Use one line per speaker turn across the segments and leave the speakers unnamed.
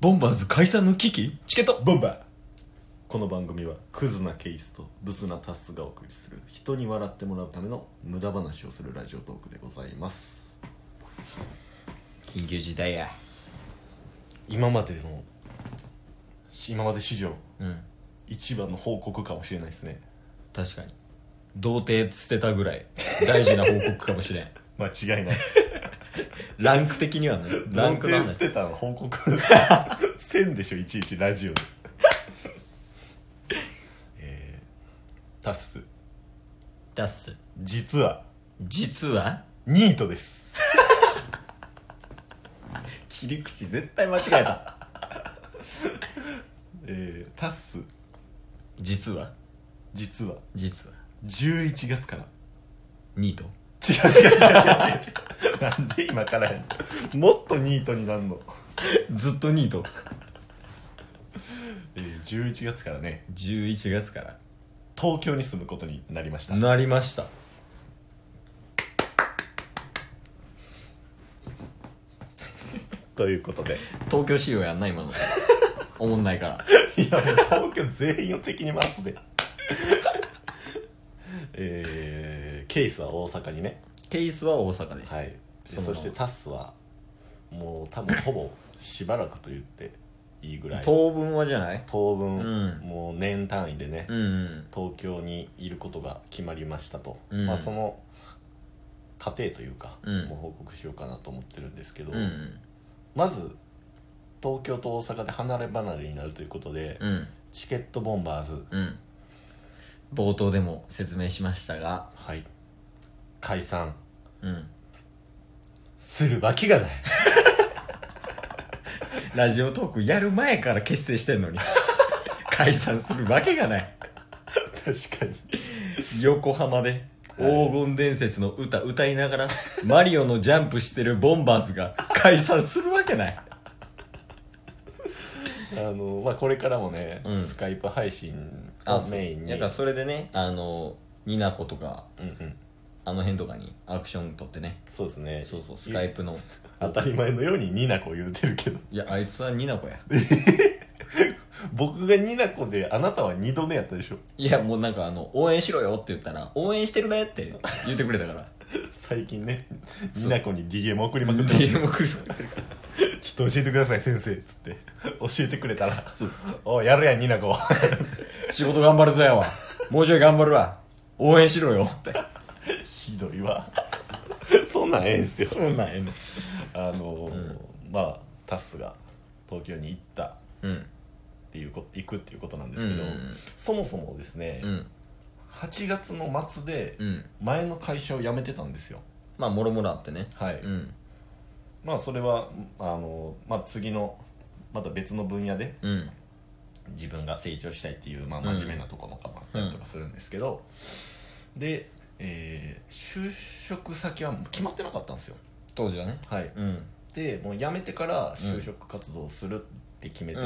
ボンバーズ解散の危機チケット
ボンバーこの番組はクズなケイスとブスなタスがお送りする人に笑ってもらうための無駄話をするラジオトークでございます
緊急事態や
今までの今まで史上
うん
一番の報告かもしれないですね
確かに童貞捨てたぐらい大事な報告かもしれ ん
間違いない
ランク的にはねラ
ラ
ン
ン
クな
ク
んだ
捨てたの報告せんでしょいちいちラジオで えー、タス
出す
実は
実は
ニートです
切り口絶対間違えた
えー、タッス
実は
実は
実は
11月から
ニート
違う違う違う違う違う違うなんで今からやんもっとニートになんの、
ずっとニート
えー、11月からね
11月から
東京に住むことになりました
なりました
ということで
東京仕様やんな今 のおもんないから
いやもう東京全員を敵に回すで えー、ケイスは大阪にね
ケースは大阪です、
はいで
その
そしてタッスはもう多分ほぼしばらくと言っていいぐらい
当分はじゃない
当分、
うん
もう年単位でね、
うんうん
東京にいることが決まりましたと、
うん
まあ、その過程というか、
うん
もう報告しようかなと思ってるんですけど、
うんうん
まず東京と大阪で離れ離れになるということで、
うん
チケットボンバーズ、
うん冒頭でも説明しましたが
はい、解散
うん
するわけがない
ラジオトークやる前から結成してん のに解散するわけがない
確かに
横浜で
はい
黄金伝説の歌歌いながらマリオのジャンプしてるボンバーズが解散するわけない
あの、まあ、これからもね、
うん
スカイプ配信をメインに
やっぱそれでねあのニナコとか
うんうん、
あの辺とかにアクション取ってね
そうですね
そうそうスカイプの
当たり前のようにニナコ言うてるけど
いやあいつはニナコや
僕がニナコであなたは2度目やったでしょ
いやもうなんかあの応援しろよって言ったら応援してるねって言ってくれたから
最近ね
そう
ニナコに DM 送りまくってます
DM 送る
ちょっと教えてください先生っつって教えてくれた ら「おうやるやんニナコ
仕事頑張るぞやわもうちょい頑張るわ応援しろよって」
ひどいわ そんなんええんすよ
うなんやね
あのーまあタスが東京に行ったっ
うん
ていうこ行くっていうことなんですけど、
うんうんうん
そもそもですね、
うん
8月の末で
うん
前の会社を辞めてたんですよ
まあもろもろあってね
はい、
うん
まあそれはあのーまあ次のまた別の分野で
うん
自分が成長したいっていう、まあ、
うん
真面目なところもかもあったりとかするんですけど、で、えー就職先はもう決まってなかったんですよ
当時はね
はい
うん
でもう辞めてから就職活動するって決めて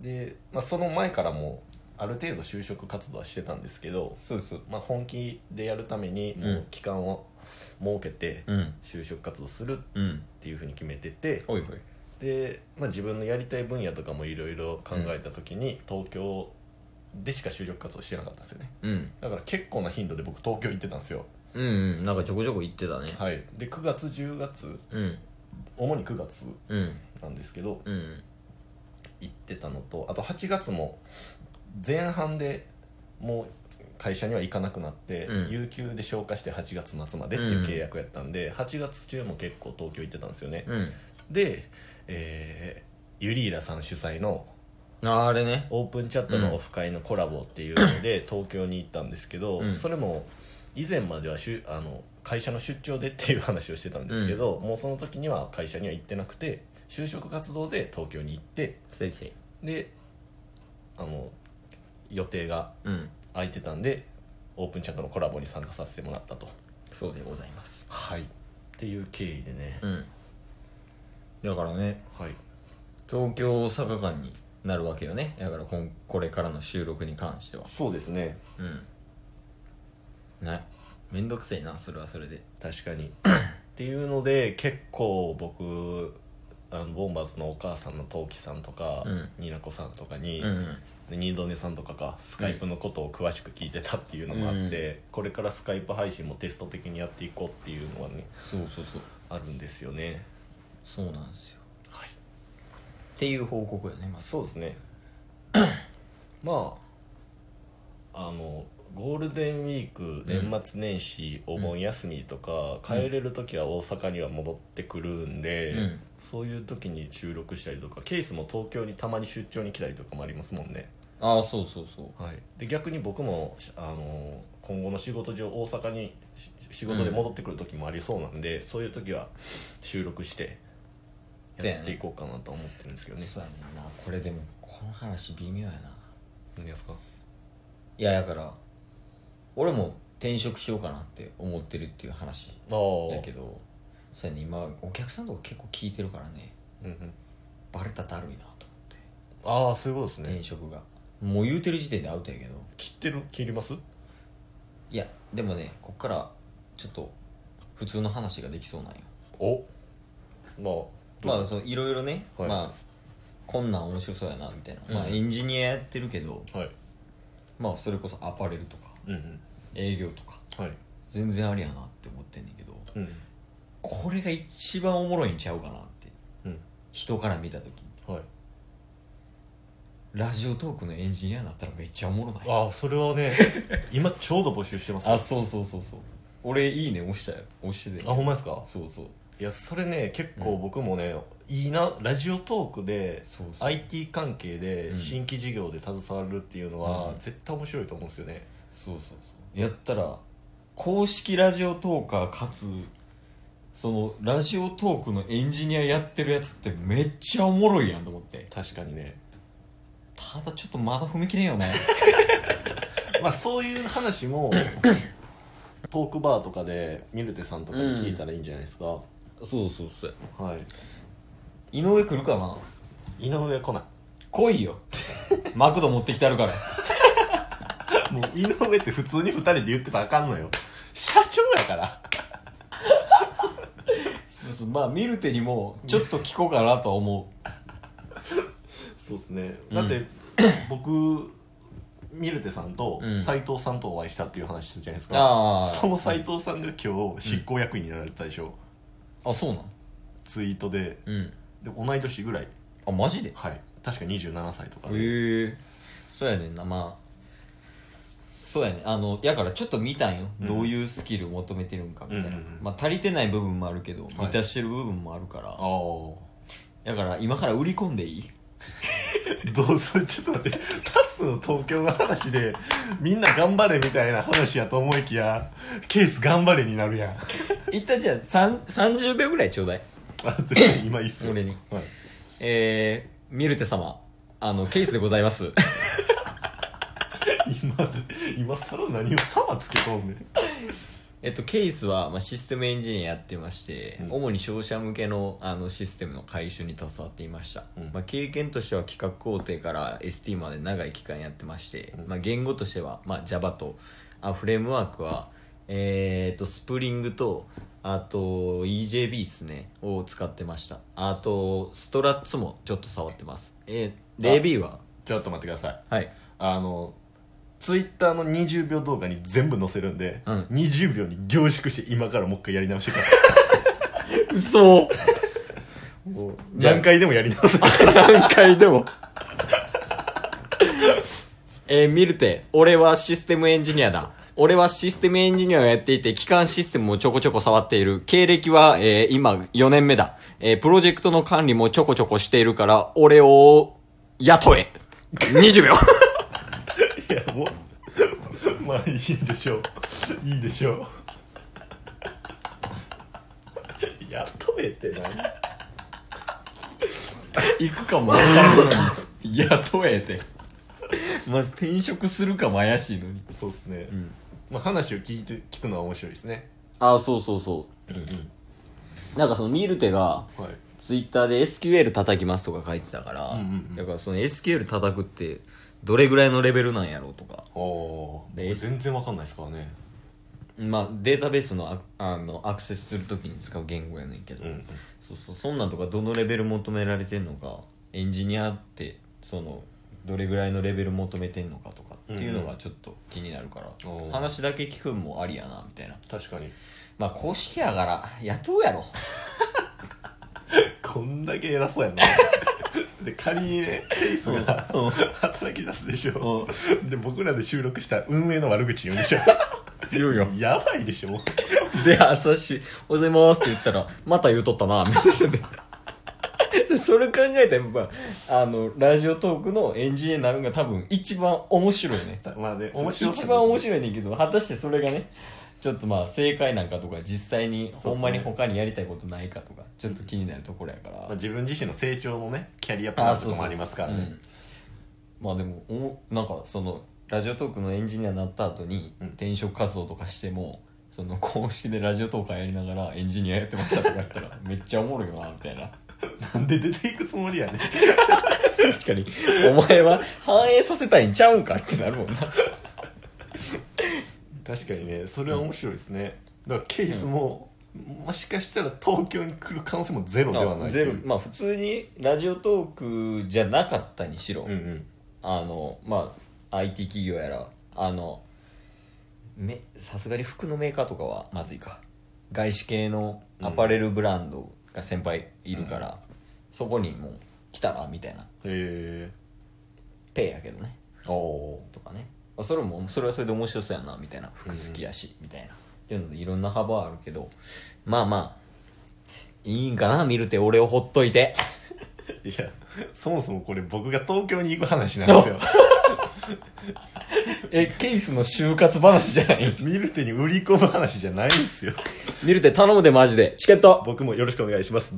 て、で、まあ、その前からもある程度就職活動はしてたんですけど、
そうそう
まあ、本気でやるためにもう期間を設けて
うん
就職活動するっ
うん
ていうふうに決めてて、
ほいほい
で、まあ、自分のやりたい分野とかもいろいろ考えた時に、東京でしか就職活動してなかったんですよね
うん
だから結構な頻度で僕東京行ってたんですよ
うんうんなんかちょこちょこ行ってたね
はいで9月10月
うん
主に9月
うん
なんですけど
うん
行ってたのとあと8月も前半でもう会社には行かなくなって、
うん
有給で消化して8月末までっていう契約やったんで、8月中も結構東京行ってたんですよね、
うん
で、えーユリーラさん主催の
ああれね
オープンチャットのオフ会のコラボっていうの で東京に行ったんですけど、
うん
それも以前まではしゅあの会社の出張でっていう話をしてたんですけど、もうその時には会社には行ってなくて就職活動で東京に行って
ステージ
であの予定が
うん
空いてたんでオープンチャットのコラボに参加させてもらったと。
そうでございます
はい、っていう経緯でね、
うんだからね
はい、
東京大阪間になるわけよねだからこんこれからの収録に関しては
そうですね
うんねめんどくせえなそれはそれで
確かにっていうので結構僕あのボンバーズのお母さんのトウキさんとか、
うん
ニナコさんとかに、
うん
ニードネさんとかがスカイプのことを詳しく聞いてたっていうのもあって、これからスカイプ配信もテスト的にやっていこうっていうのはね
そうそうそう
あるんですよね
そうなんですよ
はい
っていう報告よねまず
そうですね まああのゴールデンウィーク
うん
年末年始、お盆休みとか、帰れる時は大阪には戻ってくるんで、
うん
そういう時に収録したりとかケースも東京にたまに出張に来たりとかもありますもんね
ああそうそうそう
はい、で逆に僕もしあの今後の仕事上大阪にし仕事で戻ってくる時もありそうなんで、そういう時は収録して
そうやね
やっていこうかなと思ってるんですけどね
そうやねんなこれでもこの話微妙やな
何ですか
いやだから俺も転職しようかなって思ってるっていう話
ああ
やけどそうやね今お客さんとか結構聞いてるからね
うんうん、
バレたらだるいなと思って
ああそういうことですね
転職がもう言うてる時点でアウトやけど
切ってる切ります
いやでもねこっからちょっと普通の話ができそうなんよ
おまあどう
まあ
ぞ
そのいろいろね、
はい
まあこんなん面白そうやなみたいな、まあ
うん
エンジニアやってるけど
はい
まあそれこそアパレルとか
うんうん
営業とか
はい
全然ありやなって思ってんねんけど
うん
これが一番おもろいんちゃうかなって
うん
人から見た時
はい
ラジオトークのエンジニアになったらめっちゃおもろない
ああそれは ね今ちょうど募集してます
あそうそうそうそう俺いいね押したよ押してて
あほんまですか
そうそう
いやそれね結構僕もね、いいなラジオトークで
そうそう
IT 関係
う
で
ん
新規事業で携わるっていうのは、
うん
絶対面白いと思うんですよね
そうそうそうやったら公式ラジオトーカーかつそのラジオトークのエンジニアやってるやつってめっちゃおもろいやんと思って
確かにね
ただちょっとまだ踏み切れんよね
まあそういう話 もトークバーとかでミルテさんとかに聞いたらいいんじゃないですか、
そうそうそう
はい
井上来るかな
井上来ない
来いよマクド持ってきてあるから
もう井上って普通に2人で言ってたらあかんのよ社長やから
そうそうまあ見る手にもちょっと聞こうかなとは思う
そうですねだって、 僕ミルテさんと
うん
斎藤さんとお会いしたっていう話したじゃないですか、
あ
その斉藤さんが今日執行役員になられたでしょ、
あそうなん
ツイートで
うん
で同い年ぐらい
あマジでへ
はい確か27歳とかで、
えそうやねんなまあそうやねあのやからちょっと見たんよ、
うん
どういうスキルを求めてるんかみたいな、
うんうんうん
まあ足りてない部分もあるけど、
い
満たしてる部分もあるか
あ
ら
あ
やから今から売り込んでい い
どうぞちょっと待ってタスの東京の話でみんな頑張れみたいな話やと思いきやケース頑張れになるやん
一旦じゃあさん30秒ぐらいちょうだい
あ全然今いいっすよ
俺に
はい、
えー、ミルテ様あのケースでございます
今今更何を様つけとんねん
えっと、ケースは、まあ、システムエンジニアやってまして、
うん
主に商社向けのあのシステムの改修に携わっていました、
うん
まあ、経験としては企画工程から ST まで長い期間やってまして、まあ、言語としては、まあ、Java とあフレームワークは、えー、とスプリングとあと EJB ですねを使ってましたあとストラッツもちょっと触ってますえー、レビーは
ちょっと待ってください
はい
あのツイッターの20秒動画に全部載せるんで、
うん
20秒に凝縮して今からもう一回やり直してく ださい
嘘じゃあ
何回でもやり直す
何回でも。えー、ミルテ、俺はシステムエンジニアだ。俺はシステムエンジニアをやっていて、機関システムもちょこちょこ触っている。経歴は、えー今4年目だ。えープロジェクトの管理もちょこちょこしているから、俺を雇え。20秒。
いやもう まあいいでしょういいでしょう やっとえってな
行くかも。 雇えて。まず転職するかも怪しいのに。
そうっすね、まあ、話を聞いて聞くのは面白いですね
あ、そうそうそ
うんうん
う。なんかそのミルテが、
はい
ツイッターで SQL 叩きますとか書いてたから、
んうんうん
だからその SQL 叩くってどれぐらいのレベルなんやろうとか
おお
で
全然わかんないですからね
まあ、データベースのああのアクセスするときに使う言語やねんけど、
うん
そうそうそんなんとかどのレベル求められてんのかエンジニアってそのどれぐらいのレベル求めてんのかとかっていうのがちょっと気になるから、
おー
話だけ聞くんもありやなみたいな
確かに
まあ公式やから 雇うやろ
こんだけ偉そうや なで仮にねケイスが働き出すでしょで僕らで収録した運営の悪口言うんでしょ
言うよ
やばいでしょ
で朝し「おはようございます」って言ったら「また言うとったな」みた いなそれ考えたらやっぱあのラジオトークのエンジニアになるのが多分一番面白いね
まあね
一番面白いねんけど果たしてそれがねちょっとまあ正解なんかとか実際に
そう
ほ
っすね
んまに他にやりたいことないかとかちょっと気になるところやから
まあ、自分自身の成長のねキャリアパート
う
もありますからね
うんまあでもおなんかそのラジオトークのエンジニアになった後に
うん
転職活動とかしても、その公式でラジオトークやりながらエンジニアやってましたとかや ったらめっちゃおもろいよなみたいな
なんで出ていくつもりやねん
確かにお前は反映させたいんちゃうんかってなるもんな
確かにねそれは面白いですね、だからケイスも、もしかしたら東京に来る可能性もゼロではないとい
ゼ
う
ロまあ普通にラジオトークじゃなかったにしろ、
うんうん
あのまあ IT 企業やらあのめさすがに服のメーカーとかはまずいか外資系のアパレルブランドが先輩いるから、そこにもう来たらみたいな
へ
ペイやけどね
えおお
とかねあそれもそれはそれで面白そうやなみたいな服好きやし、みたいなっていうのでいろんな幅はあるけどまあまあいいんかな見るて俺をほっといて
ーいやそもそもこれ僕が東京に行く話なんです よ
えケースの就活話じゃない
ミルテに売り込む話じゃないんですよ
見るて頼むでマジでチケット
僕もよろしくお願いします